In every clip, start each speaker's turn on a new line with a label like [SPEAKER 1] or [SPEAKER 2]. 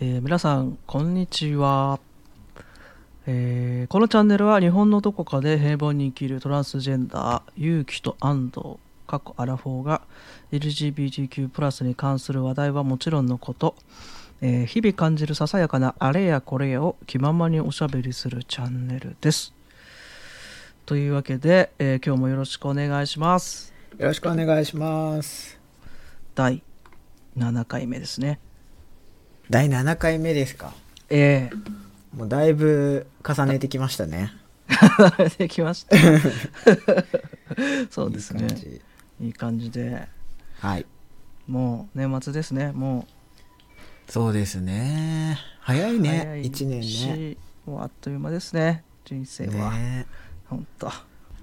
[SPEAKER 1] えー皆さんこんにちは、えーこのチャンネルは日本のどこかで平凡に生きるトランスジェンダー勇気と安藤過去アラフォーが LGBTQ+ プラスに関する話題はもちろんのこと、えー日々感じるささやかなあれやこれやを気ままにおしゃべりするチャンネルですというわけで、えー今日もよろしくお願いします
[SPEAKER 2] よろしくお願いします。
[SPEAKER 1] 第7回目ですね
[SPEAKER 2] 第7回目ですか。
[SPEAKER 1] えー
[SPEAKER 2] もうだいぶ重ねてきましたね。
[SPEAKER 1] できましたそうですね
[SPEAKER 2] いい感じ
[SPEAKER 1] いい感じで
[SPEAKER 2] はい。
[SPEAKER 1] もう年末ですねも
[SPEAKER 2] そうですね。早いうね。
[SPEAKER 1] 一
[SPEAKER 2] 1年ね。
[SPEAKER 1] もうあっという間ですね人生は、
[SPEAKER 2] ね
[SPEAKER 1] ほんと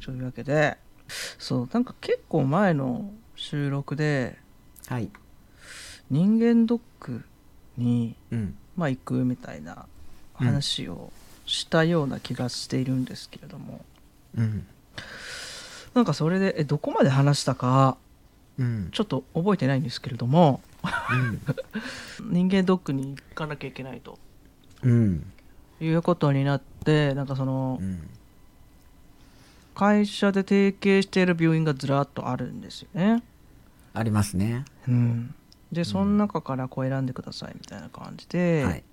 [SPEAKER 1] というわけでそうなんか結構前の収録で
[SPEAKER 2] はい。
[SPEAKER 1] 人間ドックに、
[SPEAKER 2] うん。
[SPEAKER 1] まあ、行くみたいな話をしたような気がしているんですけれども、
[SPEAKER 2] うん。
[SPEAKER 1] なんかそれでえどこまで話したか
[SPEAKER 2] うん。
[SPEAKER 1] ちょっと覚えてないんですけれども
[SPEAKER 2] うん。
[SPEAKER 1] 人間ドックに行かなきゃいけないと
[SPEAKER 2] うん。
[SPEAKER 1] いうことになってなんかその
[SPEAKER 2] うん。
[SPEAKER 1] 会社で提携している病院がずらっとあるんですよね。
[SPEAKER 2] ありますね。
[SPEAKER 1] うん、でその中からこう選んでくださいみたいな感じで、
[SPEAKER 2] はい。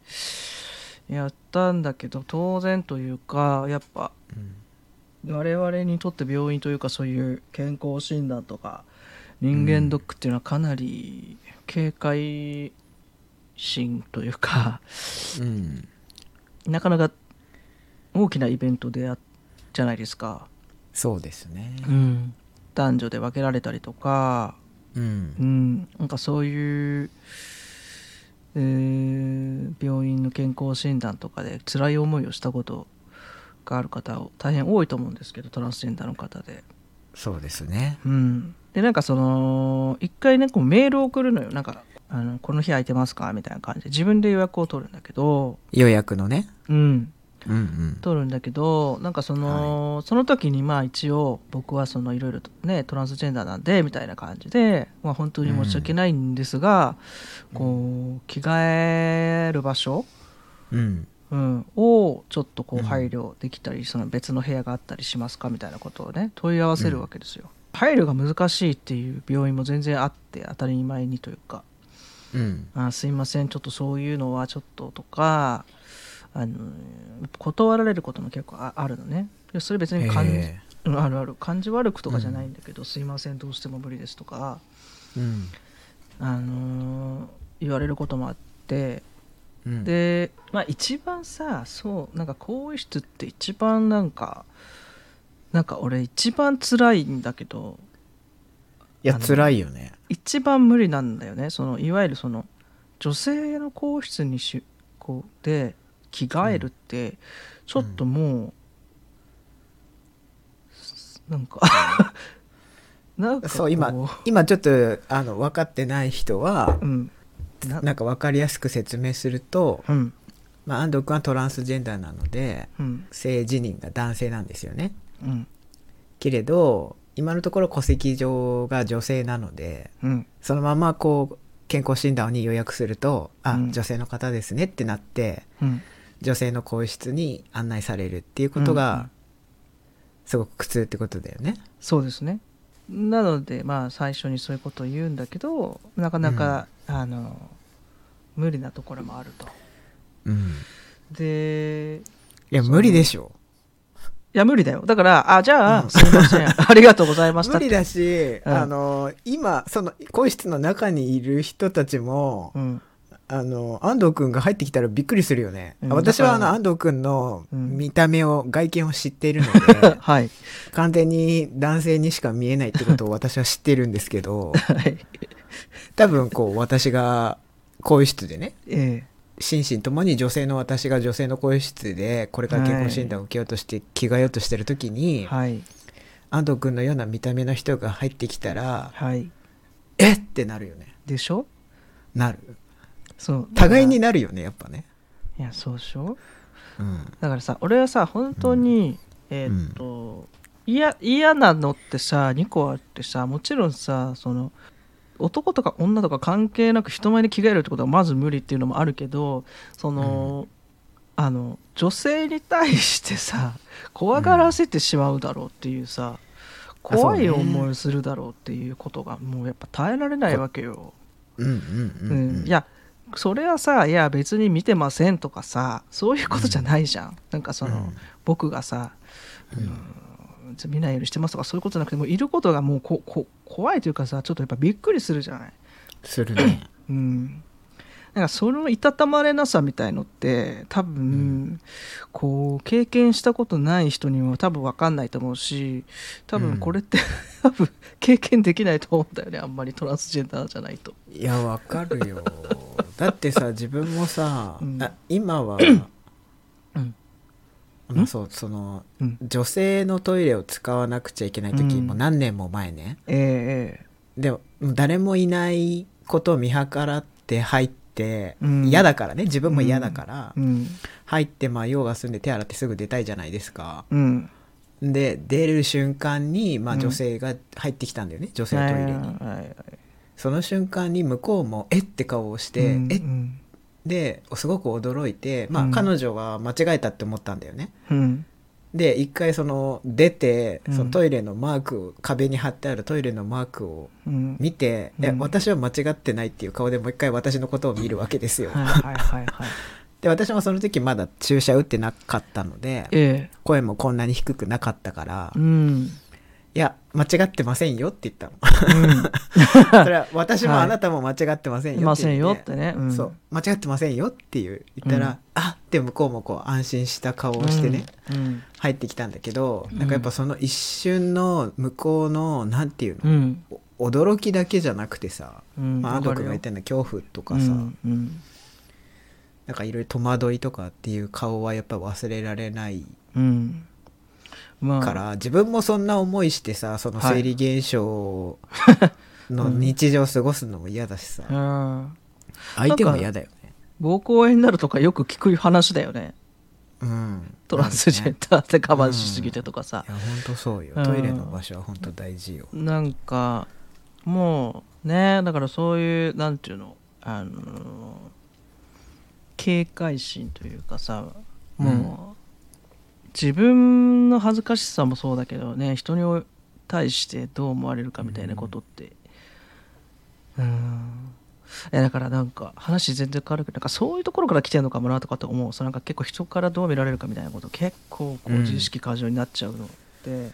[SPEAKER 1] やったんだけど当然というかやっぱ
[SPEAKER 2] うん
[SPEAKER 1] 我々にとって病院というかそういう健康診断とか人間ドックっていうのはかなり警戒心というか
[SPEAKER 2] うん。
[SPEAKER 1] なかなか大きなイベントであじゃないですか。
[SPEAKER 2] そうですね。
[SPEAKER 1] うん、男女で分けられたりとか、
[SPEAKER 2] う。
[SPEAKER 1] うんん、なんかそういう、えー病院の健康診断とかで辛い思いをしたことがある方を大変多いと思うんですけどトランスジェンダーの方で。
[SPEAKER 2] そうですね。
[SPEAKER 1] うん、でなんかその一回ねこうメールを送るのよなんかあの「この日空いてますか?」みたいな感じで自分で予約を取るんだけど、
[SPEAKER 2] 予約のね。
[SPEAKER 1] うん、
[SPEAKER 2] うんうん。
[SPEAKER 1] 取るんだけどなんかその、その時にまあ一応僕はそのいろいろとねトランスジェンダーなんでみたいな感じで、まあ、本当に申し訳ないんですが、こう着替える場所、
[SPEAKER 2] うん。
[SPEAKER 1] うん、をちょっとこ
[SPEAKER 2] う
[SPEAKER 1] うん配慮できたり、その別の部屋があったりしますかみたいなことをね問い合わせるわけですよ。配慮が難しいっていう病院も全然あって当たり前にというか
[SPEAKER 2] うん。
[SPEAKER 1] あすいませんちょっとそういうのはちょっととかあのやっぱ断られることも結構ああるのねでそれ別に感じ、
[SPEAKER 2] へ
[SPEAKER 1] うんあるある感じ悪くとかじゃないんだけど、すいませんどうしても無理ですとか、
[SPEAKER 2] うん。
[SPEAKER 1] あのー言われることもあって
[SPEAKER 2] うん、
[SPEAKER 1] でまあ一番さそうなんか更衣室って一番なんかなんか俺一番辛いんだけど
[SPEAKER 2] いや、辛いよね。
[SPEAKER 1] 一番無理なんだよねそのいわゆるその女性の皇室にしこうで着替えるってちょっともう、すなんかなんかこ
[SPEAKER 2] そう、今、今ちょっと、あの、分かってない人は
[SPEAKER 1] う、んな
[SPEAKER 2] なんか分かりやすく説明すると、
[SPEAKER 1] うん
[SPEAKER 2] まあ、安藤君はトランスジェンダーなので
[SPEAKER 1] うん
[SPEAKER 2] 性自認が男性なんですよね
[SPEAKER 1] うん
[SPEAKER 2] けれど今のところ戸籍上が女性なので
[SPEAKER 1] うん
[SPEAKER 2] そのままこう健康診断に予約するとあ、
[SPEAKER 1] うん
[SPEAKER 2] 女性の方ですねってなって
[SPEAKER 1] うん
[SPEAKER 2] 女性の更衣室に案内されるっていうこと
[SPEAKER 1] うんう
[SPEAKER 2] が
[SPEAKER 1] ん
[SPEAKER 2] すごく苦痛ってことだよね。
[SPEAKER 1] そうですねなのでまあ最初にそういうことを言うんだけどなかなか、あの無理なところもあると
[SPEAKER 2] うん、
[SPEAKER 1] で
[SPEAKER 2] いや無理でしょ
[SPEAKER 1] いや、無理だよ。だから、あ、じゃあ、すいません。 ありがとうございました
[SPEAKER 2] 無
[SPEAKER 1] って。
[SPEAKER 2] 理だし、
[SPEAKER 1] うん
[SPEAKER 2] あの今その更衣室の中にいる人たちも、
[SPEAKER 1] うん。
[SPEAKER 2] あの安藤君が入ってきたらびっくりするよね、
[SPEAKER 1] うん
[SPEAKER 2] 私はあの
[SPEAKER 1] だから
[SPEAKER 2] 安藤君の
[SPEAKER 1] うん
[SPEAKER 2] 見た目を、外見を知っているので
[SPEAKER 1] はい。
[SPEAKER 2] 完全に男性にしか見えないってことを私は知ってるんですけ ど
[SPEAKER 1] はい。
[SPEAKER 2] 多分こう私が更衣室でね
[SPEAKER 1] え
[SPEAKER 2] 心身ともに女性の私が女性の更衣室でこれから健康診断を受けようとして、着替えようとしてる時
[SPEAKER 1] え
[SPEAKER 2] に、
[SPEAKER 1] はい。
[SPEAKER 2] 安藤君のような見た目の人が入ってきたら
[SPEAKER 1] はい。
[SPEAKER 2] えってなるよね
[SPEAKER 1] でしょ
[SPEAKER 2] なる
[SPEAKER 1] そう。
[SPEAKER 2] 互いに
[SPEAKER 1] だか
[SPEAKER 2] なるよねやっぱね、
[SPEAKER 1] ら。いや、そうでしょ
[SPEAKER 2] うん、
[SPEAKER 1] だからさ、俺はさ、本当に、えーっと、いや、嫌なのってさ、2個あってさ、もちろんさ、その、男とか女とか関係なく人前で着替えるってことはまず無理っていうのもあるけどその、あの女性に対してさ怖がらせてしまうだろうっていうさ、
[SPEAKER 2] あそう
[SPEAKER 1] 怖
[SPEAKER 2] ね
[SPEAKER 1] い思いをするだろうっていうことがもうやっぱ耐えられないわけよ。
[SPEAKER 2] うんうんうんうん、
[SPEAKER 1] うんいやそれはさいや別に見てませんとかさそういうことじゃないじゃん、なんかその、
[SPEAKER 2] うん
[SPEAKER 1] 僕がさ、うん見ないようにしてますとかそういうことじゃなくてもういることがもうここ怖いというかさちょっとやっぱびっくりするじゃない。
[SPEAKER 2] するね
[SPEAKER 1] うん、なんかそのいたたまれなさみたいのって多分、こう経験したことない人には多分分かんないと思うし多
[SPEAKER 2] うん
[SPEAKER 1] 分これって 多分経験できないと思うんだよねあんまりトランスジェンダーじゃないと。
[SPEAKER 2] いやわかる よだってさ自分もさ、
[SPEAKER 1] うん
[SPEAKER 2] あ今は、
[SPEAKER 1] ん
[SPEAKER 2] まあ、そうその
[SPEAKER 1] うん、
[SPEAKER 2] 女性のトイレを使わなくちゃいけない時、
[SPEAKER 1] うん
[SPEAKER 2] もう何年も前ね
[SPEAKER 1] ええ
[SPEAKER 2] でももう誰もいないことを見計らって入って、
[SPEAKER 1] うん
[SPEAKER 2] 嫌だからね自分も嫌だから、
[SPEAKER 1] うん
[SPEAKER 2] 入ってまあ用が済んで手洗ってすぐ出たいじゃないですか
[SPEAKER 1] うん
[SPEAKER 2] で出る瞬間に、まあ、
[SPEAKER 1] うん
[SPEAKER 2] 女性が入ってきたんだよね、女性
[SPEAKER 1] は
[SPEAKER 2] の
[SPEAKER 1] い
[SPEAKER 2] トイ
[SPEAKER 1] は
[SPEAKER 2] レ
[SPEAKER 1] い
[SPEAKER 2] に、その瞬間に向こうもえって顔をして、
[SPEAKER 1] うん
[SPEAKER 2] え
[SPEAKER 1] う
[SPEAKER 2] っ
[SPEAKER 1] ん
[SPEAKER 2] ですごく驚いて、まあ
[SPEAKER 1] うん
[SPEAKER 2] 彼女は間違えたって思ったんだよね
[SPEAKER 1] うん
[SPEAKER 2] で一回その出て
[SPEAKER 1] うん
[SPEAKER 2] そのトイレのマークを壁に貼ってあるトイレのマークを
[SPEAKER 1] うん
[SPEAKER 2] 見て、
[SPEAKER 1] うん
[SPEAKER 2] え私は間違ってないっていう顔でもう一回私のことを見るわけですよ、
[SPEAKER 1] はいはいはいはい
[SPEAKER 2] で私もその時まだ注射打ってなかったので
[SPEAKER 1] ええ
[SPEAKER 2] 声もこんなに低くなかったから、
[SPEAKER 1] う
[SPEAKER 2] い
[SPEAKER 1] ん
[SPEAKER 2] や間違ってませんよって言ったの
[SPEAKER 1] う
[SPEAKER 2] それは私も
[SPEAKER 1] はい
[SPEAKER 2] あなたも間違ってません
[SPEAKER 1] んい
[SPEAKER 2] よ
[SPEAKER 1] ま
[SPEAKER 2] って
[SPEAKER 1] せん
[SPEAKER 2] 言
[SPEAKER 1] よ
[SPEAKER 2] っ
[SPEAKER 1] っててね、うん、
[SPEAKER 2] そう間違ってませんよっていう言ったら、
[SPEAKER 1] うん
[SPEAKER 2] あって向こうもこう安心した顔をしてね、
[SPEAKER 1] うん
[SPEAKER 2] 入ってきたんだけど、
[SPEAKER 1] うん
[SPEAKER 2] なんかやっぱその一瞬の向こうのなんていう
[SPEAKER 1] う
[SPEAKER 2] の、
[SPEAKER 1] ん
[SPEAKER 2] お驚きだけじゃなくてさ、
[SPEAKER 1] うん
[SPEAKER 2] まあ、安藤君が言
[SPEAKER 1] わ
[SPEAKER 2] っ
[SPEAKER 1] か
[SPEAKER 2] たような恐怖とか
[SPEAKER 1] るよ
[SPEAKER 2] さ、
[SPEAKER 1] うんうん
[SPEAKER 2] なんかいろいろ戸惑いとかっていう顔はやっぱ忘れられない
[SPEAKER 1] うんまあ、
[SPEAKER 2] から、自分もそんな思いしてさその生理現象の日常を過ごすのも嫌だしさ、
[SPEAKER 1] うん、
[SPEAKER 2] 相手も嫌だよね。
[SPEAKER 1] 膀胱炎になるとかよく聞く話だよね
[SPEAKER 2] うん、
[SPEAKER 1] トランスジェンダーって我慢しすぎてとかさ
[SPEAKER 2] い、や本当そうよ
[SPEAKER 1] うん
[SPEAKER 2] トイレの場所は本当大事よ、
[SPEAKER 1] なんかもうねだからそういうなんていうのあの警戒心というかさもう、自分の恥ずかしさもそうだけどね人に対してどう思われるかみたいなことってうんいやだからなんか話全然変わるけどなんかそういうところから来てるのかもなとかと思うそうなんか結構人からどう見られるかみたいなこと結構こう
[SPEAKER 2] うん
[SPEAKER 1] 自意識過剰になっちゃうのって、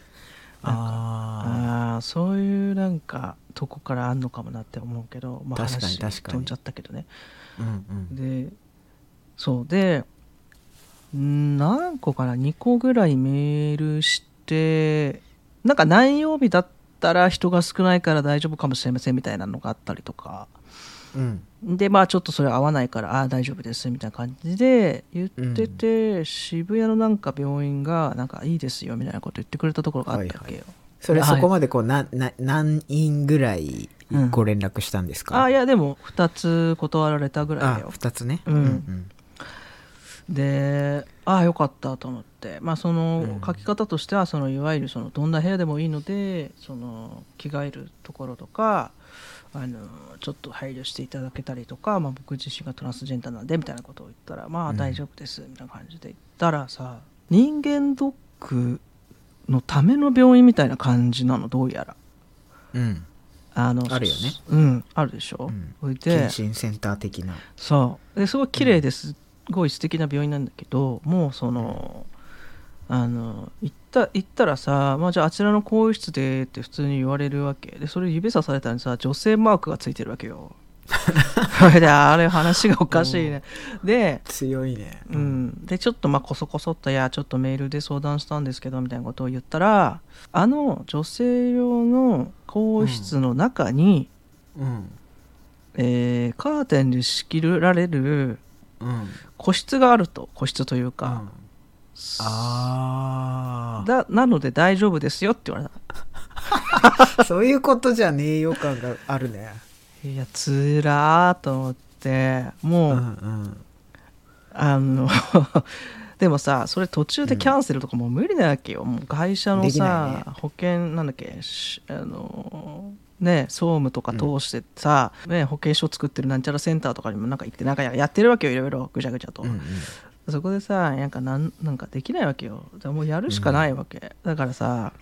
[SPEAKER 2] あ
[SPEAKER 1] あーそういうなんかとこからあんのかもなって思うけど、まあ、
[SPEAKER 2] 確かに
[SPEAKER 1] 話
[SPEAKER 2] 確かに
[SPEAKER 1] 飛んじゃったけどね
[SPEAKER 2] あうんうん
[SPEAKER 1] でそうでん何個かな2個ぐらいメールしてなんか何曜日だったら人が少ないから大丈夫かもしれませんみたいなのがあったりとか
[SPEAKER 2] うん
[SPEAKER 1] でまあちょっとそれ合わないからああ大丈夫ですみたいな感じで言ってて、渋谷のなんか病院がなんかいいですよみたいなこと言ってくれたところがあったわけよ。
[SPEAKER 2] はいはいそれ
[SPEAKER 1] はい
[SPEAKER 2] そこまでこうなな何人ぐらいご連絡したんですか、
[SPEAKER 1] あいやでも2つ断られたぐらいだ
[SPEAKER 2] あ
[SPEAKER 1] よ
[SPEAKER 2] 二つね、
[SPEAKER 1] うん
[SPEAKER 2] ん
[SPEAKER 1] でああよかったと思ってまあその
[SPEAKER 2] うん
[SPEAKER 1] 書き方としてはそのいわゆるそのどんな部屋でもいいのでその着替えるところとかあのちょっと配慮していただけたりとか、まあ、僕自身がトランスジェンダーなんでみたいなことを言ったらま
[SPEAKER 2] う
[SPEAKER 1] あ
[SPEAKER 2] ん
[SPEAKER 1] 大丈夫ですみたいな感じで言ったらさ人間ドックのための病院みたいな感じなのどうやら。
[SPEAKER 2] うんうん
[SPEAKER 1] あの
[SPEAKER 2] あるよね
[SPEAKER 1] うんあるでしょ、
[SPEAKER 2] うん
[SPEAKER 1] それで
[SPEAKER 2] 検診センター的な
[SPEAKER 1] そうですごい綺麗ですごい素敵な病院なんだけどもうそのあの行った行ったらさ、まあ、じゃああちらの更衣室でって普通に言われるわけでそれ指さされたらさ女性マークがついてるわけ よ。それであれ話がおかしいね。で
[SPEAKER 2] 強いね
[SPEAKER 1] うん、でちょっとまあこそこそっと「いやちょっとメールで相談したんですけど」みたいなことを言ったらあの女性用の更衣室の中に、
[SPEAKER 2] うん
[SPEAKER 1] えーカーテンで仕切られる
[SPEAKER 2] うん
[SPEAKER 1] 個室があると個室という
[SPEAKER 2] う
[SPEAKER 1] か、
[SPEAKER 2] んあ
[SPEAKER 1] だなので大丈夫ですよって言われた
[SPEAKER 2] あそういうことじゃねえ予感があるね
[SPEAKER 1] いやつらーと思ってもう、
[SPEAKER 2] うん
[SPEAKER 1] あの でもさそれ途中でキャンセルとかもう無理なわけよ、もう会社の
[SPEAKER 2] できない
[SPEAKER 1] さ、
[SPEAKER 2] ね
[SPEAKER 1] 保険なんだっけしあのーね、総務とか通してさ、ね、保険証作ってるなんちゃらセンターとかにもなんか行ってなんかやってるわけよいろいろぐちゃぐちゃと、
[SPEAKER 2] うんうん
[SPEAKER 1] そこでさなんかなんなんかできないわけよだからもうやるしかないわけ、だからさ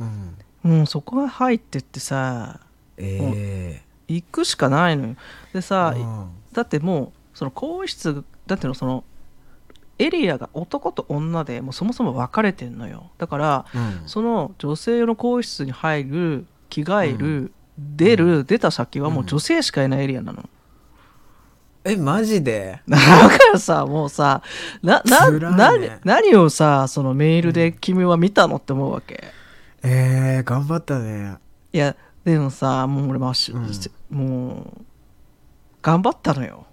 [SPEAKER 2] うん
[SPEAKER 1] もうそこが入ってってさ
[SPEAKER 2] え
[SPEAKER 1] 行くしかないのよで
[SPEAKER 2] え
[SPEAKER 1] さ、
[SPEAKER 2] うん
[SPEAKER 1] だってもうその更衣室だっていうのそのエリアが男と女でもうそもそも分かれてんのよだから
[SPEAKER 2] うん
[SPEAKER 1] その女性用の更衣室に入る着替える、出る出た先はもう女性しかいないエリアなの、
[SPEAKER 2] えマジで
[SPEAKER 1] だからさもうさなな、
[SPEAKER 2] 辛いね
[SPEAKER 1] 何何をさそのメールで君は見たのって思うわけ、
[SPEAKER 2] ええ頑張ったね
[SPEAKER 1] いやでもさもう俺マッシュ、
[SPEAKER 2] うん
[SPEAKER 1] してもう頑張ったのよ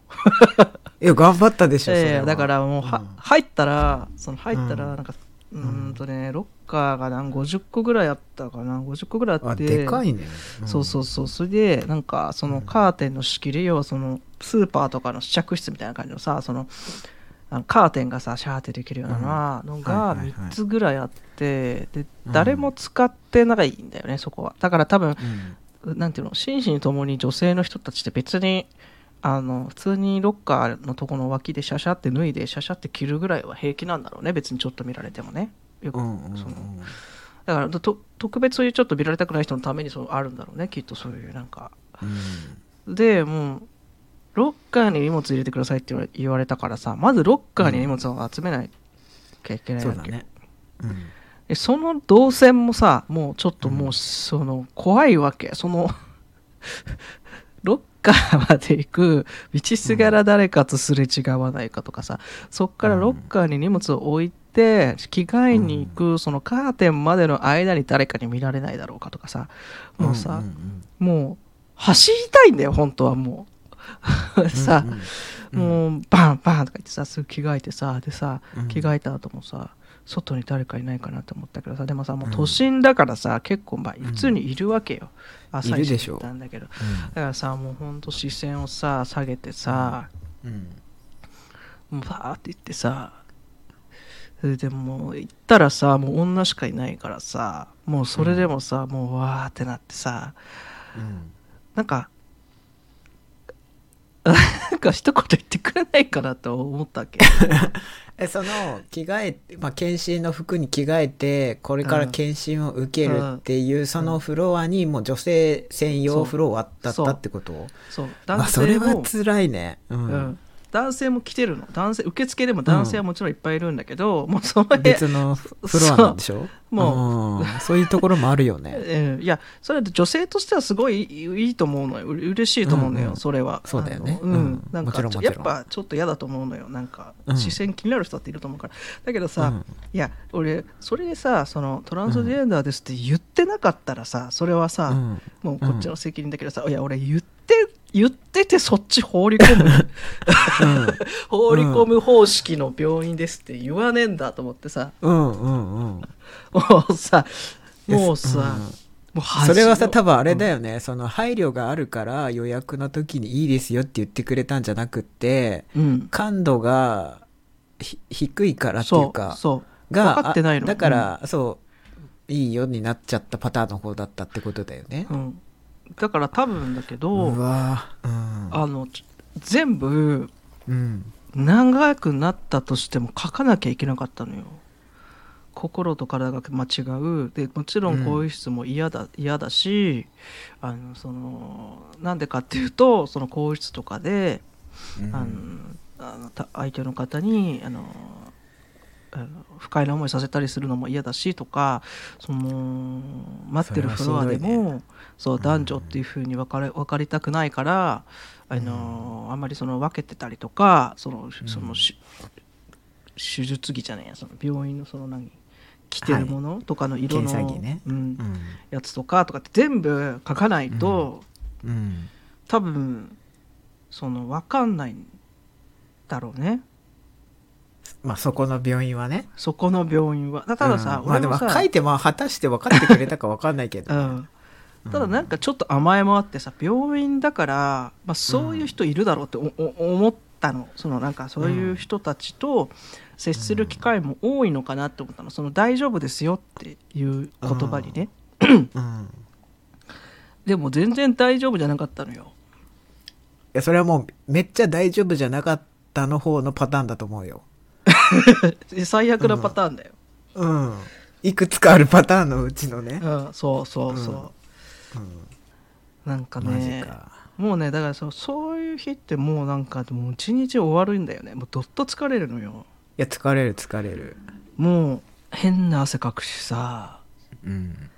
[SPEAKER 2] え頑張ったでし ょそ
[SPEAKER 1] ええ
[SPEAKER 2] れは
[SPEAKER 1] だからもうは、
[SPEAKER 2] ん
[SPEAKER 1] 入ったらその入ったら
[SPEAKER 2] うん
[SPEAKER 1] なんか、う
[SPEAKER 2] うん
[SPEAKER 1] ーんとねロッカーがなん50個ぐらいあったかな50個ぐらいあ
[SPEAKER 2] あ
[SPEAKER 1] って
[SPEAKER 2] でかいね
[SPEAKER 1] そうそううそうそれでなんかそのカーテンの仕切り要はそのスーパーとかの試着室みたいな感じのさそのあのカーテンがさシャーってできるようなの
[SPEAKER 2] は
[SPEAKER 1] が
[SPEAKER 2] いはいはい
[SPEAKER 1] 3つぐらいあってで誰も使ってないんだよねそこはだから多分
[SPEAKER 2] んうん
[SPEAKER 1] なんていうの心身ともに女性の人たちって別にあの普通にロッカーのとこの脇でシャシャって脱いでシャシャって着るぐらいは平気なんだろうね別にちょっと見られてもねよく
[SPEAKER 2] うんうんうん
[SPEAKER 1] そのだからと特別そういうちょっと見られたくない人のためにそうあるんだろうねきっとそういうなんか
[SPEAKER 2] うん
[SPEAKER 1] でもうロッカーに荷物入れてくださいって言われ言われたからさまずロッカーに荷物を集めないきゃいけない
[SPEAKER 2] そう
[SPEAKER 1] わ
[SPEAKER 2] だ
[SPEAKER 1] け、
[SPEAKER 2] ねうん
[SPEAKER 1] でその動線もさもうちょっともう、
[SPEAKER 2] うん
[SPEAKER 1] その怖いわけその ロッカーまで行く道すがら誰かとすれ違わないかとかさそっからロッカーに荷物を置いて着替えに行く、そのカーテンまでの間に誰かに見られないだろうかとかさもうさ、
[SPEAKER 2] んん
[SPEAKER 1] もう走りたいんだよ本当はもう
[SPEAKER 2] うん
[SPEAKER 1] さ、
[SPEAKER 2] うんうん
[SPEAKER 1] もうバンバンとか言ってさすぐ着替えてさでさ
[SPEAKER 2] うん
[SPEAKER 1] 着替えた後もさ外に誰かいないかなと思ったけどさでもさもう都心だからさ、結構まあ普通にいるわけよ、朝
[SPEAKER 2] いる
[SPEAKER 1] 一
[SPEAKER 2] でしょ
[SPEAKER 1] 行ったんだけどだからさもうほんと視線をさ下げてさ
[SPEAKER 2] うんうん
[SPEAKER 1] もうバーって行ってさそれでもう行ったらさもう女しかいないからさもうそれでもさ、もうわーってなってさ
[SPEAKER 2] うん
[SPEAKER 1] なんか なんか一言言ってくれないかなと思ったわけ
[SPEAKER 2] えその着替え、まあ、検診の服に着替えてこれから検診を受けるっていう、そのフロアにもう女性専用フロアだっ
[SPEAKER 1] そう
[SPEAKER 2] たってこと
[SPEAKER 1] そう
[SPEAKER 2] あ
[SPEAKER 1] 男
[SPEAKER 2] それ
[SPEAKER 1] 性も
[SPEAKER 2] は辛いねう、
[SPEAKER 1] うんん男性も来てるの男性受付でも男性はもちろんいっぱいいるんだけど、もうその辺、
[SPEAKER 2] 別のフロアなんでしょ
[SPEAKER 1] うも
[SPEAKER 2] うん、そういうところもあるよね
[SPEAKER 1] うん、いやそれは女性としてはすごいいいいいと思うのよう嬉しいと思うのよ、
[SPEAKER 2] うんうん
[SPEAKER 1] それは
[SPEAKER 2] そうだよね
[SPEAKER 1] あのう
[SPEAKER 2] うんん
[SPEAKER 1] なん
[SPEAKER 2] も
[SPEAKER 1] か
[SPEAKER 2] ちろん
[SPEAKER 1] ちょ
[SPEAKER 2] もち
[SPEAKER 1] や
[SPEAKER 2] ろ
[SPEAKER 1] っ
[SPEAKER 2] ん
[SPEAKER 1] ぱちょっと嫌だと思うのよなんか、
[SPEAKER 2] うん
[SPEAKER 1] 視線気になる人だっていると思うからだけどさ、
[SPEAKER 2] うん
[SPEAKER 1] いや俺それでさそのトランスジェンダーですって言ってなかったらさそれはさ、
[SPEAKER 2] うん
[SPEAKER 1] もうこっちの責任だけどさ、いや俺言って言っててそっち放り込む 放り込む方式の病院ですって言わねえんだと思ってさ
[SPEAKER 2] うんうんうん
[SPEAKER 1] もう さもうさ、
[SPEAKER 2] うん
[SPEAKER 1] もう恥
[SPEAKER 2] そ
[SPEAKER 1] を
[SPEAKER 2] れはさ多分あれだよね、その配慮があるから予約の時にいいですよって言ってくれたんじゃなくって
[SPEAKER 1] うん
[SPEAKER 2] 感度がひ低いからってい
[SPEAKER 1] そう
[SPEAKER 2] か
[SPEAKER 1] うそう
[SPEAKER 2] が
[SPEAKER 1] 分かってないの
[SPEAKER 2] あだから、そういいよになっちゃったパターンの方だったってことだよね
[SPEAKER 1] う、ん、うんだから多分だけど、
[SPEAKER 2] わうん
[SPEAKER 1] あのち全部
[SPEAKER 2] うん
[SPEAKER 1] 長くなったとしても書かなきゃいけなかったのよ心と体が間違うでもちろん更衣室も嫌だ,、嫌だしあのそのなんでかっていうとその更衣室とかで、
[SPEAKER 2] うん
[SPEAKER 1] あのあのた相手の方にあのあの不快な思いさせたりするのも嫌だしとかその待ってるフロアで
[SPEAKER 2] それはしん
[SPEAKER 1] も
[SPEAKER 2] ど
[SPEAKER 1] そう,、男女っていうふうに分かれ分かりたくないからあの、あんまりその分けてたりとかそのその、し手術着じゃねえやその病院のその何着てるものとかの色の、
[SPEAKER 2] 検査着ね
[SPEAKER 1] うん
[SPEAKER 2] うん
[SPEAKER 1] やつとかとかって全部書かないと、
[SPEAKER 2] うん
[SPEAKER 1] 多分その分かんないんだろうね。
[SPEAKER 2] まあそこの病院はね
[SPEAKER 1] そこの病院はだたださ、
[SPEAKER 2] うんまあで
[SPEAKER 1] 俺も
[SPEAKER 2] も
[SPEAKER 1] さ
[SPEAKER 2] 書いてまあ果たして分かってくれたか分かんないけど
[SPEAKER 1] う
[SPEAKER 2] ね、
[SPEAKER 1] ん、ただなんかちょっと甘えもあってさ病院だから、まあ、そういう人いるだろうっておお思ったのそのなんかそういう人たちと接する機会も多いのかなって思ったのその大丈夫ですよっていう言葉にね、
[SPEAKER 2] うん
[SPEAKER 1] でも全然大丈夫じゃなかったのよ
[SPEAKER 2] やそれはもうめっちゃ大丈夫じゃなかったの方のパターンだと思うよ
[SPEAKER 1] 最悪なパターンだよ、
[SPEAKER 2] うんいくつかあるパターンのうちのね
[SPEAKER 1] う、んそうそうそう、なんか
[SPEAKER 2] マジ
[SPEAKER 1] ね
[SPEAKER 2] か
[SPEAKER 1] もうねだからそうそういう日ってもうなんかもう一日終わるんだよねもうどっと疲れるのよ
[SPEAKER 2] いや疲れる疲れる
[SPEAKER 1] もう変な汗かくしさ
[SPEAKER 2] うん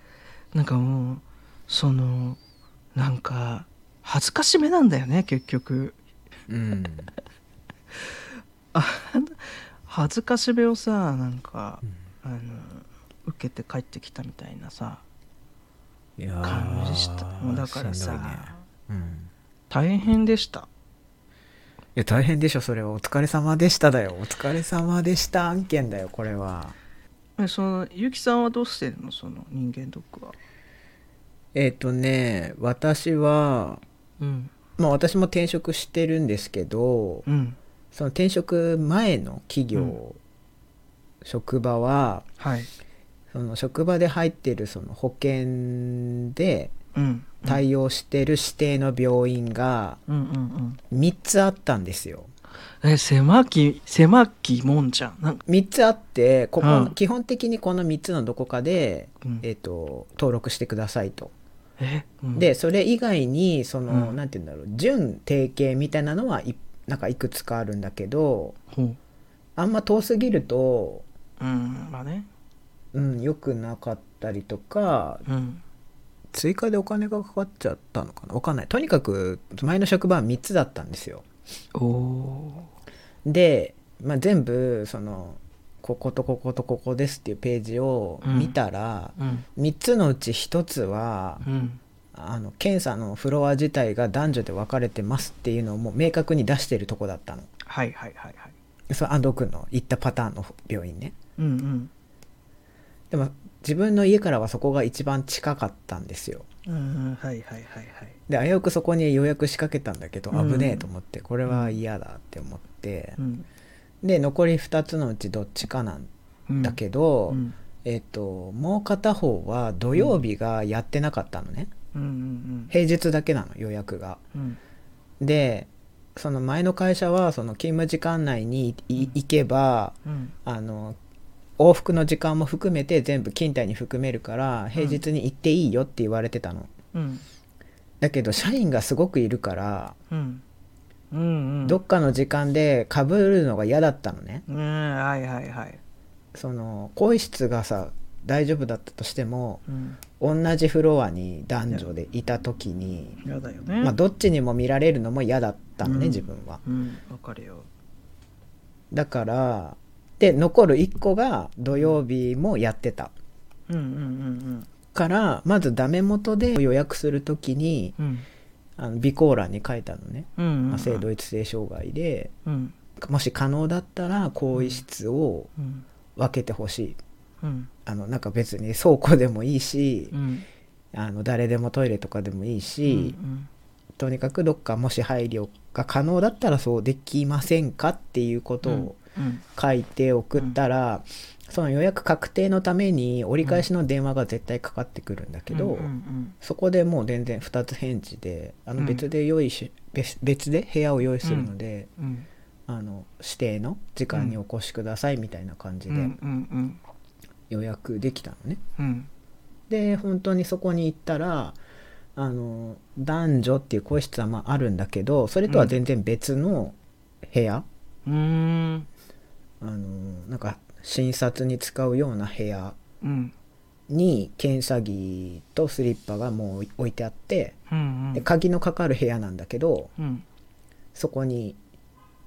[SPEAKER 1] なんかもうそのなんか恥ずかしめなんだよね結局
[SPEAKER 2] うん
[SPEAKER 1] 恥ずかしめをさなんか、あの受けて帰ってきたみたいなさ
[SPEAKER 2] いや
[SPEAKER 1] 感じしたもう
[SPEAKER 2] ー
[SPEAKER 1] だからさ
[SPEAKER 2] しんどいねうん
[SPEAKER 1] 大変でした
[SPEAKER 2] いや大変でしょそれはお疲れ様でしただよお疲れ様でした案件だよこれは
[SPEAKER 1] えそのゆきさんはどうしてるのその人間ドックは
[SPEAKER 2] えっ、とね私は
[SPEAKER 1] うん
[SPEAKER 2] まあ私も転職してるんですけど
[SPEAKER 1] うん
[SPEAKER 2] その転職前の企業、
[SPEAKER 1] うん
[SPEAKER 2] 職場は
[SPEAKER 1] はい
[SPEAKER 2] その職場で入ってるその保険で
[SPEAKER 1] うん
[SPEAKER 2] 対応してる指定の病院が
[SPEAKER 1] うんうんうん
[SPEAKER 2] 3つあったんですよ。
[SPEAKER 1] え狭き狭きもんじゃんなんか、
[SPEAKER 2] 3つあってここ、
[SPEAKER 1] うん
[SPEAKER 2] 基本的にこの3つのどこかで、
[SPEAKER 1] うん
[SPEAKER 2] えっと登録してくださいと。
[SPEAKER 1] えうん
[SPEAKER 2] でそれ以外にその
[SPEAKER 1] う
[SPEAKER 2] 何、
[SPEAKER 1] ん
[SPEAKER 2] なん、て言うんだろう準提携みたいなのはいなんかいくつかあるんだけど
[SPEAKER 1] ほう
[SPEAKER 2] あんま遠すぎると、
[SPEAKER 1] うんまあね
[SPEAKER 2] うん、良くなかったりとか
[SPEAKER 1] うん
[SPEAKER 2] 追加でお金がかかっちゃったのかなわかんないとにかく前の職場は3つだったんですよ
[SPEAKER 1] おお
[SPEAKER 2] で、まあ、全部そのこことこことここですっていうページを見たら、
[SPEAKER 1] ーうん
[SPEAKER 2] 3つのうち1つは
[SPEAKER 1] うん
[SPEAKER 2] あの検査のフロア自体が男女で分かれてますっていうのをもう明確に出してるとこだったの
[SPEAKER 1] はいはいはいはい
[SPEAKER 2] それ安藤君の行ったパターンの病院ね
[SPEAKER 1] うん
[SPEAKER 2] でも自分の家からはそこが一番近かったんですよ
[SPEAKER 1] うんうんはいはいはいはい
[SPEAKER 2] で危うくそこに予約仕掛けたんだけど
[SPEAKER 1] うん
[SPEAKER 2] 危ねえと思ってこれは嫌だって思って
[SPEAKER 1] うん
[SPEAKER 2] で残り2つのうちどっちかなん
[SPEAKER 1] うん
[SPEAKER 2] だけど、
[SPEAKER 1] うん
[SPEAKER 2] えっともう片方は土曜日がやってなかったのね
[SPEAKER 1] うんうん
[SPEAKER 2] 平日だけなの予約が
[SPEAKER 1] うんうん
[SPEAKER 2] でその前の会社はその勤務時間内にい行けば
[SPEAKER 1] うん
[SPEAKER 2] あの往復の時間も含めて全部勤怠に含めるから平日に行っていいよって言われてたの、
[SPEAKER 1] うん
[SPEAKER 2] だけど社員がすごくいるから、
[SPEAKER 1] うんうんうん
[SPEAKER 2] どっかの時間で被るのが嫌だったのね
[SPEAKER 1] うんはいはいはい
[SPEAKER 2] その更衣室がさ大丈夫だったとしても
[SPEAKER 1] うん
[SPEAKER 2] 同じフロアに男女でいた時に、
[SPEAKER 1] やだよね
[SPEAKER 2] まあ、どっちにも見られるのも嫌だったのね、
[SPEAKER 1] うん
[SPEAKER 2] 自分は
[SPEAKER 1] うんわかるよ
[SPEAKER 2] だからで残る1個が土曜日もやってた
[SPEAKER 1] うんうんうん
[SPEAKER 2] からまずダメ元で予約する時に
[SPEAKER 1] うんうん
[SPEAKER 2] あの備考欄に書いたのね、
[SPEAKER 1] うんうん
[SPEAKER 2] まあ、性同一性障害で
[SPEAKER 1] うん
[SPEAKER 2] もし可能だったら更衣室を
[SPEAKER 1] うん
[SPEAKER 2] 分けてほしい
[SPEAKER 1] うん
[SPEAKER 2] あのなんか別に倉庫でもいいし
[SPEAKER 1] う、ん
[SPEAKER 2] あの誰でもトイレとかでもいい
[SPEAKER 1] うんう
[SPEAKER 2] し、
[SPEAKER 1] ん
[SPEAKER 2] とにかくどっかもし配慮が可能だったらそうできませんかっていうことを
[SPEAKER 1] うん
[SPEAKER 2] 書いて送ったら、その予約確定のために折り返しの電話が絶対かかってくるんだけど、
[SPEAKER 1] うんうん
[SPEAKER 2] そこでもう全然2つ返事であ
[SPEAKER 1] う
[SPEAKER 2] の
[SPEAKER 1] ん
[SPEAKER 2] 別で用意し、別別で部屋を用意するので、
[SPEAKER 1] うんうん
[SPEAKER 2] あの指定の時間にお越しくださいみたいな感じ
[SPEAKER 1] うんう
[SPEAKER 2] で
[SPEAKER 1] んうん
[SPEAKER 2] 予約できたのね。
[SPEAKER 1] うん
[SPEAKER 2] で本当にそこに行ったらあの男女っていう個室はまああるんだけどそれとは全然別の部屋、
[SPEAKER 1] うーん
[SPEAKER 2] あのなんか診察に使うような部屋
[SPEAKER 1] うん
[SPEAKER 2] に検査着とスリッパがもう置いてあって
[SPEAKER 1] うん
[SPEAKER 2] で鍵のかかる部屋なんだけど
[SPEAKER 1] うん
[SPEAKER 2] そこに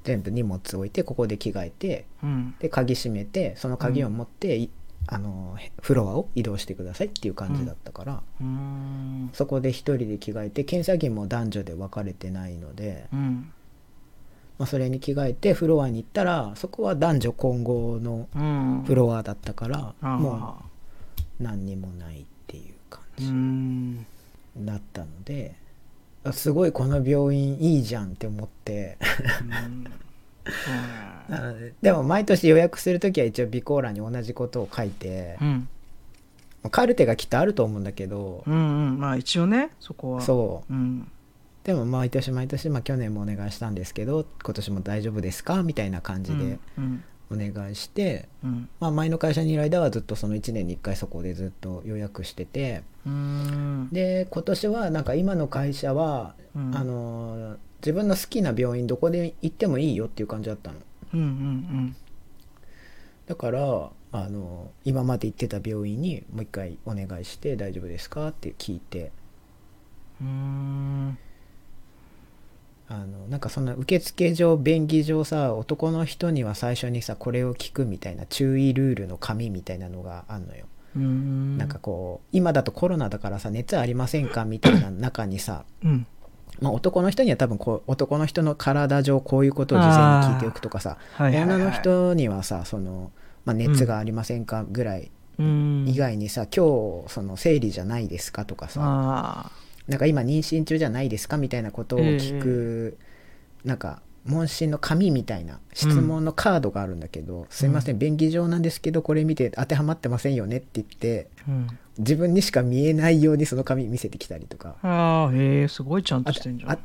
[SPEAKER 2] 全部荷物置いてここで着替えて
[SPEAKER 1] うん
[SPEAKER 2] で鍵閉めてその鍵を持って、いあのフロアを移動してくださいっていう感じだったから。
[SPEAKER 1] うん
[SPEAKER 2] そこで一人で着替えて検査着も男女で分かれてないので、
[SPEAKER 1] うん
[SPEAKER 2] まあ、それに着替えてフロアに行ったらそこは男女混合の
[SPEAKER 1] うん
[SPEAKER 2] フロアだったから、
[SPEAKER 1] あー
[SPEAKER 2] もう何にもないっていう感
[SPEAKER 1] う
[SPEAKER 2] じ
[SPEAKER 1] ん
[SPEAKER 2] だったので、あすごいこの病院いいじゃんって思って
[SPEAKER 1] うんそうね
[SPEAKER 2] なのででも毎年予約する時は一応備考欄に同じことを書いて
[SPEAKER 1] うん
[SPEAKER 2] カルテがきっとあると思うんだけど、
[SPEAKER 1] うんうんまあ一応ねそこはう、
[SPEAKER 2] そう
[SPEAKER 1] うん、
[SPEAKER 2] でも毎年毎年、まあ、去年もお願いしたんですけど今年も大丈夫ですかみたいな感じで
[SPEAKER 1] うん
[SPEAKER 2] お願いして、
[SPEAKER 1] うん
[SPEAKER 2] まあ、前の会社にいる間はずっとその1年に1回そこでずっと予約してて
[SPEAKER 1] うん
[SPEAKER 2] で今年はなんか今の会社は、
[SPEAKER 1] うん
[SPEAKER 2] あのー自分の好きな病院どこで行ってもいいよっていう感じだったの
[SPEAKER 1] うんうん
[SPEAKER 2] だからあのー今まで行ってた病院にもう一回お願いして大丈夫ですかって聞いて
[SPEAKER 1] うんうん
[SPEAKER 2] あのなんかその受付上便宜上さ男の人には最初にさこれを聞くみたいな注意ルールの紙みたいなのがあんのよ、
[SPEAKER 1] うん
[SPEAKER 2] なんかこう今だとコロナだからさ熱ありませんかみたいな中にさ、
[SPEAKER 1] うん
[SPEAKER 2] まあ、男の人には多分こう男の人の体上こういうことを事前に聞いておくとかさ、
[SPEAKER 1] はいはいはい
[SPEAKER 2] 女の人にはさその、まあ、熱がありませんかぐらい
[SPEAKER 1] うん
[SPEAKER 2] 以外にさ、今日その生理じゃないですかとかさ、
[SPEAKER 1] ああ
[SPEAKER 2] なんか今妊娠中じゃないですかみたいなことを聞く、なんか問診の紙みたいな質問のカードがあるんだけど「すいません便宜上なんですけどこれ見て当てはまってませんよね」って言って
[SPEAKER 1] うん
[SPEAKER 2] 自分にしか見えないようにその紙見せてきたりとか
[SPEAKER 1] ああへえすごいちゃん
[SPEAKER 2] 「あ
[SPEAKER 1] としてんじゃ
[SPEAKER 2] あ
[SPEAKER 1] ん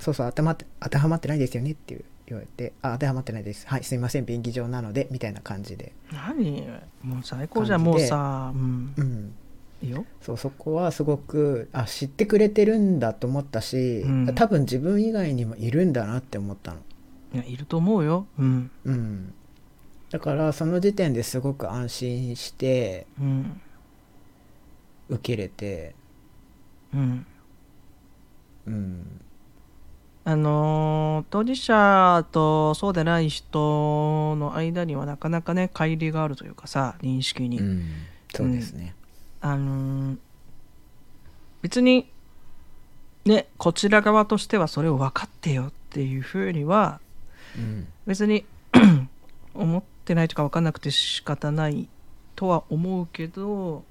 [SPEAKER 2] そうそう当てはまって当てはまってないですよね」っていう言われて「あ当てはまってないですはいすいません便宜上なので」みたいな感じで、
[SPEAKER 1] 何もう最高じゃんも
[SPEAKER 2] 感
[SPEAKER 1] う
[SPEAKER 2] じで
[SPEAKER 1] さうん
[SPEAKER 2] うん、
[SPEAKER 1] いいよ
[SPEAKER 2] そうそこはすごくあ知ってくれてるんだと思ったし、
[SPEAKER 1] うん
[SPEAKER 2] 多分自分以外にもいるんだなって思ったの。
[SPEAKER 1] いやいると思うようん
[SPEAKER 2] うん、だからその時点ですごく安心して
[SPEAKER 1] うん
[SPEAKER 2] 受けれて、
[SPEAKER 1] うん
[SPEAKER 2] うん、
[SPEAKER 1] あのー当事者とそうでない人の間にはなかなかね乖離があるというかさ認識に、
[SPEAKER 2] そうですね、
[SPEAKER 1] あのー別にねこちら側としてはそれを分かってよっていうふうには
[SPEAKER 2] うん
[SPEAKER 1] 別に 思ってないとか分かんなくて仕方ないとは思うけど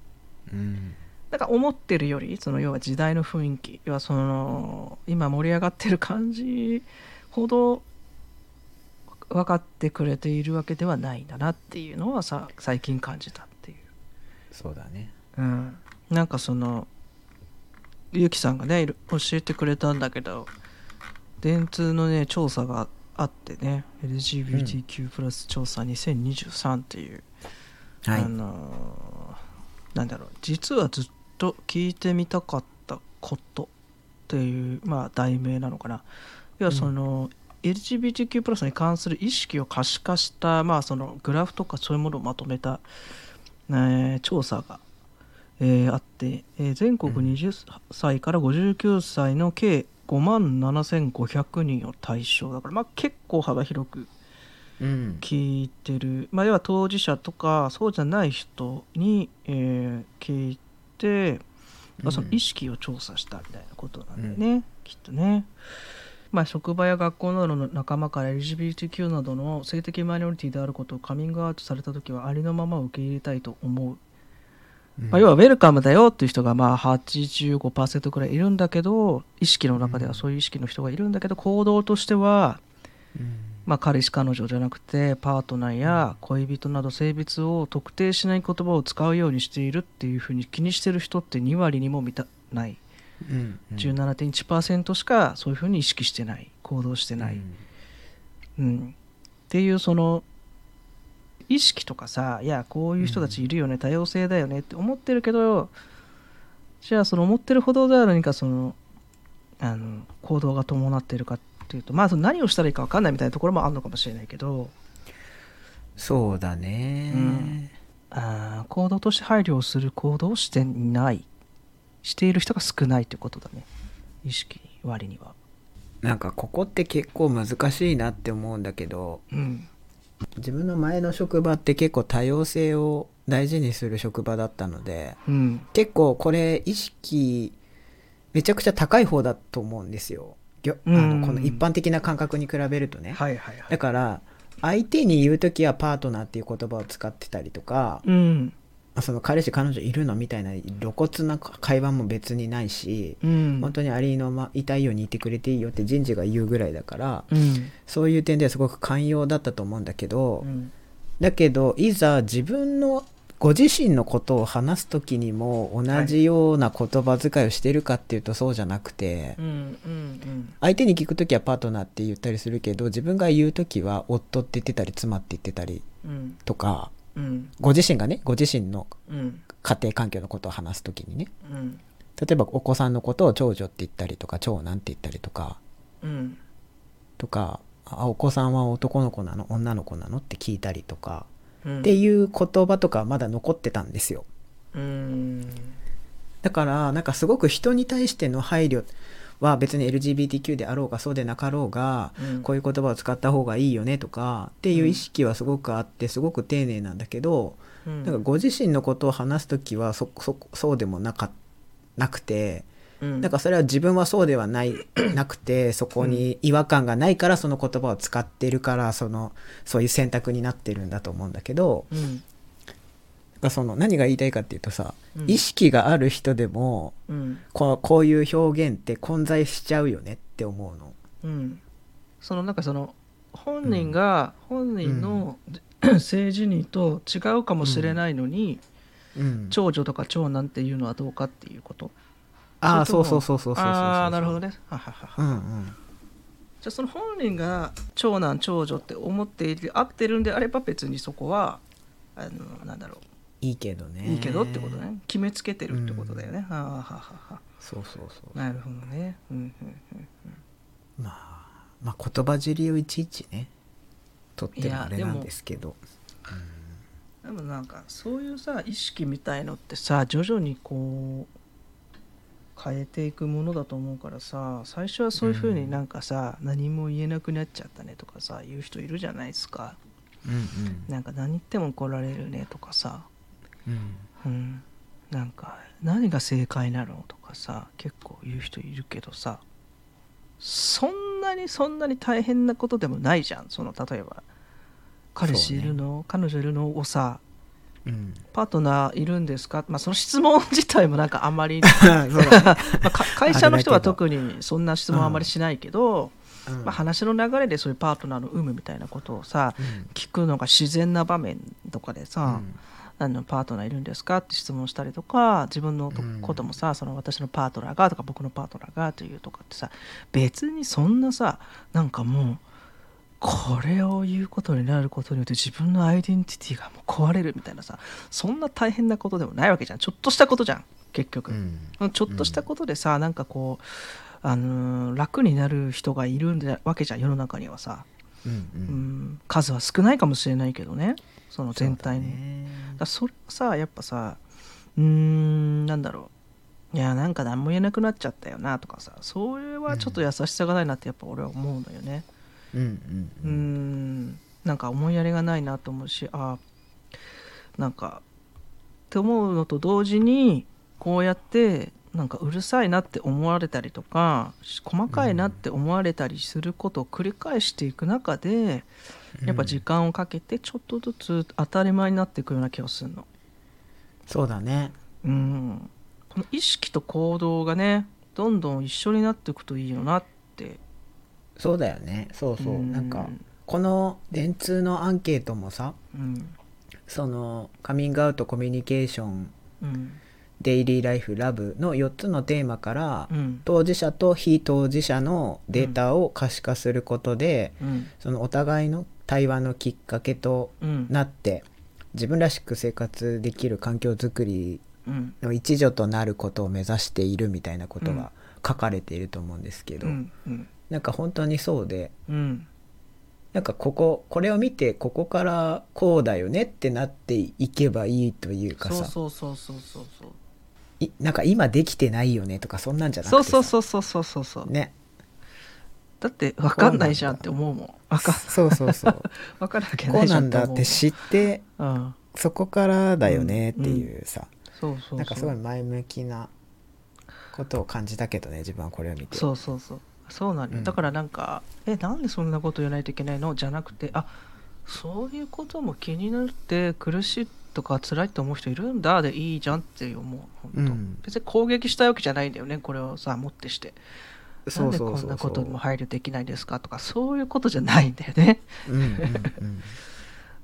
[SPEAKER 2] うん
[SPEAKER 1] なんか思ってるよりその要は時代の雰囲気要はその今盛り上がってる感じほど分かってくれているわけではないんだなっていうのはさ最近感じたっていう。
[SPEAKER 2] そうだね
[SPEAKER 1] うん、なんかそのゆきさんがねいろ教えてくれたんだけど電通のね調査があってね LGBTQ+ プラス調査2023っていう、
[SPEAKER 2] はい
[SPEAKER 1] あのーなんだろう実はずっと聞いてみたかったことっていうまあ題名なのかな要はその、LGBTQ+ プラスに関する意識を可視化した、まあ、そのグラフとかそういうものをまとめた、えー調査が、えーあって、えー全国20歳から59歳の計5万7500人を対象だから、まあ、結構幅広く
[SPEAKER 2] うん
[SPEAKER 1] 聞いてる、まあ、要は当事者とかそうじゃない人に、えー聞いて、ま
[SPEAKER 2] う
[SPEAKER 1] あ、
[SPEAKER 2] ん
[SPEAKER 1] その意識を調査したみたいなことなんだよね、きっとね。まあ、職場や学校などの仲間から LGBTQ などの性的マイノリティであることをカミングアウトされた時はありのままを受け入れたいと思うまあ、要はウェルカムだよっていう人がまあ85%くらいいるんだけど意識の中ではそういう意識の人がいるんだけど行動としては
[SPEAKER 2] うん
[SPEAKER 1] まあ彼氏彼女じゃなくてパートナーや恋人など性別を特定しない言葉を使うようにしているっていうふうに気にしてる人って2割にも満たない
[SPEAKER 2] うんうん
[SPEAKER 1] 17.1%しかそういうふうに意識してない行動してない、
[SPEAKER 2] うん
[SPEAKER 1] うん、っていうその意識とかさいやこういう人たちいるよね、多様性だよねって思ってるけどじゃあその思ってるほどでは何かそのあの行動が伴っているかっていうとまあその何をしたらいいか分かんないみたいなところもあるのかもしれないけど
[SPEAKER 2] そうだね、
[SPEAKER 1] うんあー行動として配慮をする行動をしていないしている人が少ないということだね意識割には。
[SPEAKER 2] なんかここって結構難しいなって思うんだけど
[SPEAKER 1] うん
[SPEAKER 2] 自分の前の職場って結構多様性を大事にする職場だったので
[SPEAKER 1] うん
[SPEAKER 2] 結構これ意識めちゃくちゃ高い方だと思うんですよ。ぎょあ
[SPEAKER 1] うん
[SPEAKER 2] のこの一般的な感覚に比べるとね。
[SPEAKER 1] はいはいは
[SPEAKER 2] だ
[SPEAKER 1] い。
[SPEAKER 2] から相手に言う時はパートナーっていう言葉を使ってたりとか、
[SPEAKER 1] うん
[SPEAKER 2] その彼氏彼女いるのみたいな露骨な会話も別にないし、
[SPEAKER 1] うん
[SPEAKER 2] 本当にありのまいたいようにいてくれていいよって人事が言うぐらいだから、
[SPEAKER 1] うん
[SPEAKER 2] そういう点ではすごく寛容だったと思うんだけど、
[SPEAKER 1] うん
[SPEAKER 2] だけどいざ自分のご自身のことを話す時にも同じような言葉遣いをしてるかっていうとそうじゃなくて、
[SPEAKER 1] うんうん
[SPEAKER 2] 相手に聞く時はパートナーって言ったりするけど自分が言う時は夫って言ってたり妻って言ってたり
[SPEAKER 1] うんうん
[SPEAKER 2] とか
[SPEAKER 1] うん
[SPEAKER 2] ご自身がねご自身の
[SPEAKER 1] うん
[SPEAKER 2] 家庭環境のことを話す時にね
[SPEAKER 1] うん
[SPEAKER 2] 例えばお子さんのことを長女って言ったりとか長男って言ったりとか
[SPEAKER 1] うん
[SPEAKER 2] とかあお子さんは男の子なの女の子なのって聞いたりとか
[SPEAKER 1] うん
[SPEAKER 2] っていう言葉とかまだ残ってたんですよ
[SPEAKER 1] うん
[SPEAKER 2] だからなんかすごく人に対しての配慮は別に LGBTQ であろうがそうでなかろうが
[SPEAKER 1] うん
[SPEAKER 2] こういう言葉を使った方がいいよねとかっていう意識はすごくあってすごく丁寧なんだけど
[SPEAKER 1] うん
[SPEAKER 2] なんかご自身のことを話す時はそそそうでもなかなくて
[SPEAKER 1] うん
[SPEAKER 2] なんかそれは自分はそうではない なくてそこに違和感がないからその言葉を使ってるからそのそういう選択になってるんだと思うんだけど
[SPEAKER 1] うん
[SPEAKER 2] なんかその何が言いたいかっていうとさ
[SPEAKER 1] うん
[SPEAKER 2] 意識がある人でも
[SPEAKER 1] うん
[SPEAKER 2] こうこういう表現って混在しちゃうよねって思うの。
[SPEAKER 1] うんそのなんかその本人が本人の 性自認と違うかもしれないのに、
[SPEAKER 2] うん、
[SPEAKER 1] 長女とか長男っていうのはどうかっていうこと
[SPEAKER 2] ああ
[SPEAKER 1] そ
[SPEAKER 2] そ
[SPEAKER 1] れと
[SPEAKER 2] うそ
[SPEAKER 1] も
[SPEAKER 2] うそうそうそうそう
[SPEAKER 1] ああなるほど
[SPEAKER 2] ね。
[SPEAKER 1] ねはははは
[SPEAKER 2] うんうん
[SPEAKER 1] じゃあその本人が長男長女って思っている合ってるんであれば別にそこはあのなんだろ
[SPEAKER 2] いいけど
[SPEAKER 1] う
[SPEAKER 2] ね。
[SPEAKER 1] いいけどってことね決めつけてるってことだよね、ああははは
[SPEAKER 2] そうそうそう。
[SPEAKER 1] なるほどねうんうんうん
[SPEAKER 2] まあ、まあ言葉尻をいちいちね取ってるあれなんですけど
[SPEAKER 1] でもなんかそういうさ意識みたいのってさ徐々にこう変えていくものだと思うからさ最初はそういうふうになんかさ、何も言えなくなっちゃったねとかさ言う人いるじゃないですか
[SPEAKER 2] うん
[SPEAKER 1] なんか何言っても怒られるねとかさ、
[SPEAKER 2] うんうん
[SPEAKER 1] うん、なんか何が正解なのとかさ結構言う人いるけどさそんなにそんなに大変なことでもないじゃんその例えば彼氏いるの、彼女いるのをさ
[SPEAKER 2] うん、
[SPEAKER 1] パートナーいるんですか、まあ、その質問自体もなんかあんまり、 ま
[SPEAKER 2] そうだね、
[SPEAKER 1] あ、か会社の人は
[SPEAKER 2] あれだけ
[SPEAKER 1] 特にそんな質問はあんまりしないけど、
[SPEAKER 2] うん
[SPEAKER 1] まあ、話の流れでそういうパートナーの有無みたいなことをさ
[SPEAKER 2] うん
[SPEAKER 1] 聞くのが自然な場面とかで
[SPEAKER 2] う
[SPEAKER 1] さ、
[SPEAKER 2] ん
[SPEAKER 1] あのパートナーいるんですかって質問したりとか自分のと
[SPEAKER 2] うん
[SPEAKER 1] こともさ、その私のパートナーがとか僕のパートナーがというとかってさ別にそんなさなんかもうこれを言うことになることによって自分のアイデンティティがもう壊れるみたいなさそんな大変なことでもないわけじゃんちょっとしたことじゃん結局、
[SPEAKER 2] うん
[SPEAKER 1] ちょっとしたことでさなんかこう、あのー楽になる人がいるんだわけじゃん世の中にはさ、
[SPEAKER 2] う
[SPEAKER 1] うんん、数は少ないかもしれないけどねその全体に。だか
[SPEAKER 2] に
[SPEAKER 1] らそれはさやっぱさうーんなんだろういやなんか何も言えなくなっちゃったよなとかさそれはちょっと優しさがないなってやっぱ俺は思うのよね
[SPEAKER 2] うんうん
[SPEAKER 1] うーんなんか思いやりがないなと思うしあなんかって思うのと同時にこうやってなんかうるさいなって思われたりとか細かいなって思われたりすることを繰り返していく中でやっぱ時間をかけてちょっとずつ当たり前になっていくような気がするの。
[SPEAKER 2] そうだね
[SPEAKER 1] うん、この意識と行動がねどんどん一緒になっていくといいよなって
[SPEAKER 2] そうだよねそうそう、
[SPEAKER 1] うん
[SPEAKER 2] なんかこの電通のアンケートもさ
[SPEAKER 1] うん
[SPEAKER 2] そのカミングアウトコミュニケーション
[SPEAKER 1] うん
[SPEAKER 2] デイリーライフラブの4つのテーマから、
[SPEAKER 1] うん
[SPEAKER 2] 当事者と非当事者のデータを可視化することで、
[SPEAKER 1] うん
[SPEAKER 2] そのお互いの対話のきっかけと
[SPEAKER 1] うん
[SPEAKER 2] なって自分らしく生活できる環境づくり
[SPEAKER 1] うん
[SPEAKER 2] の一助となることを目指しているみたいなことが書かれていると思うんですけど、
[SPEAKER 1] うんうん
[SPEAKER 2] なんか本当にそうで
[SPEAKER 1] うん
[SPEAKER 2] なんかこここれを見てここからこうだよねってなっていけばいいというか
[SPEAKER 1] そう
[SPEAKER 2] さ
[SPEAKER 1] そうそうそうそうそう
[SPEAKER 2] いなんか今できてないよねとかそんなんじゃなくて
[SPEAKER 1] そ
[SPEAKER 2] さ
[SPEAKER 1] うそうそうそうそうそうそう
[SPEAKER 2] ね
[SPEAKER 1] だって分かんないじゃんって思うもん分か
[SPEAKER 2] そうそうそう
[SPEAKER 1] 分かるわけ
[SPEAKER 2] こ
[SPEAKER 1] な
[SPEAKER 2] う
[SPEAKER 1] いじ
[SPEAKER 2] な
[SPEAKER 1] ゃん
[SPEAKER 2] んだって知って
[SPEAKER 1] 思ううん
[SPEAKER 2] そこからだよねっていうさ、
[SPEAKER 1] そうそうそう
[SPEAKER 2] なんかすごい前向きなことを感じたけどね自分はこれを見て
[SPEAKER 1] そうそうそうそうなのよ、
[SPEAKER 2] うん
[SPEAKER 1] だからなんか「えなんでそんなこと言わないといけないの?」じゃなくて「あそういうことも気になって苦しいとか辛いと思う人いるんだ」でいいじゃんって思う本当、
[SPEAKER 2] うん
[SPEAKER 1] 別に攻撃したいわけじゃないんだよねこれをさ持ってして
[SPEAKER 2] そうそうそうそう
[SPEAKER 1] なんでこんなことにも配慮できないですかとかそういうことじゃないんだよね
[SPEAKER 2] うんうんうん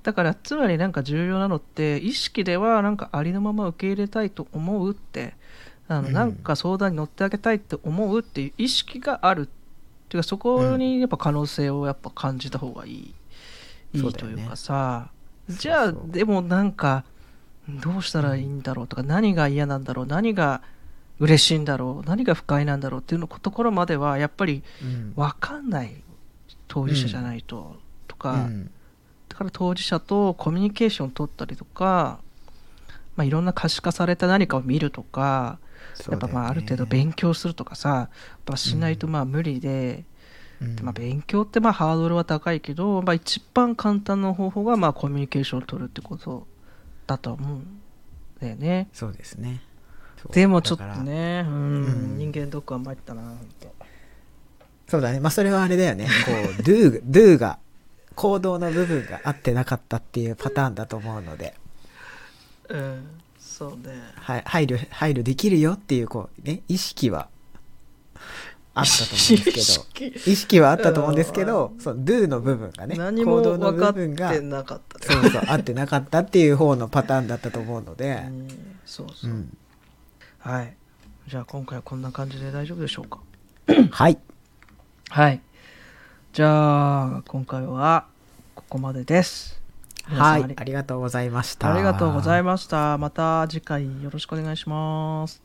[SPEAKER 1] だからつまりなんか重要なのって意識ではなんかありのまま受け入れたいと思うってあの
[SPEAKER 2] うん
[SPEAKER 1] なんか相談に乗ってあげたいって思うっていう意識があるっていうかそこにやっぱ可能性をやっぱ感じた方がいい、
[SPEAKER 2] う
[SPEAKER 1] い
[SPEAKER 2] んそ
[SPEAKER 1] いうと
[SPEAKER 2] だよ
[SPEAKER 1] い
[SPEAKER 2] ね
[SPEAKER 1] うかさじゃあ
[SPEAKER 2] そうそう
[SPEAKER 1] でもなんかどうしたらいいんだろうとか何が嫌なんだろう何が嬉しいんだろう何が不快なんだろうっていうのところまではやっぱり
[SPEAKER 2] うん
[SPEAKER 1] 分かんない当事者じゃないと、とか、
[SPEAKER 2] うん
[SPEAKER 1] だから当事者とコミュニケーションを取ったりとか、まあ、いろんな可視化された何かを見るとか、
[SPEAKER 2] そう
[SPEAKER 1] やっぱまあある程度勉強するとかさやっぱしないとまあ無理で,、でまあ、勉強ってまあハードルは高いけど、まあ、一番簡単な方法がまあコミュニケーションを取るってことだと思うんだよね。
[SPEAKER 2] そうですねそう
[SPEAKER 1] でもちょっと
[SPEAKER 2] だから
[SPEAKER 1] ね、うん
[SPEAKER 2] うん
[SPEAKER 1] 人間ドックは参ったなほんと
[SPEAKER 2] そうだねまあそれはあれだよねこう do, do が 行動の部分が合ってなかったっていうパターンだと思うので、
[SPEAKER 1] うんそうね
[SPEAKER 2] はい、配慮配慮できるよっていうこうね意識はあったと思うんですけ
[SPEAKER 1] 意識
[SPEAKER 2] ど意識はあったと思うんですけどその do の部分がね
[SPEAKER 1] 何も
[SPEAKER 2] 行動の
[SPEAKER 1] 分か
[SPEAKER 2] 部
[SPEAKER 1] って
[SPEAKER 2] 分が
[SPEAKER 1] なかったね
[SPEAKER 2] そうそう合ってなかったっていう方のパターンだったと思うので
[SPEAKER 1] う、んそう
[SPEAKER 2] う
[SPEAKER 1] そう、
[SPEAKER 2] ん、
[SPEAKER 1] はいじゃあ今回はこんな感じで大丈夫でしょうか
[SPEAKER 2] はい
[SPEAKER 1] はいじゃあ今回はここまでです皆様
[SPEAKER 2] は
[SPEAKER 1] あり
[SPEAKER 2] いありがとうございました
[SPEAKER 1] ありがとうございましたまた次回よろしくお願いします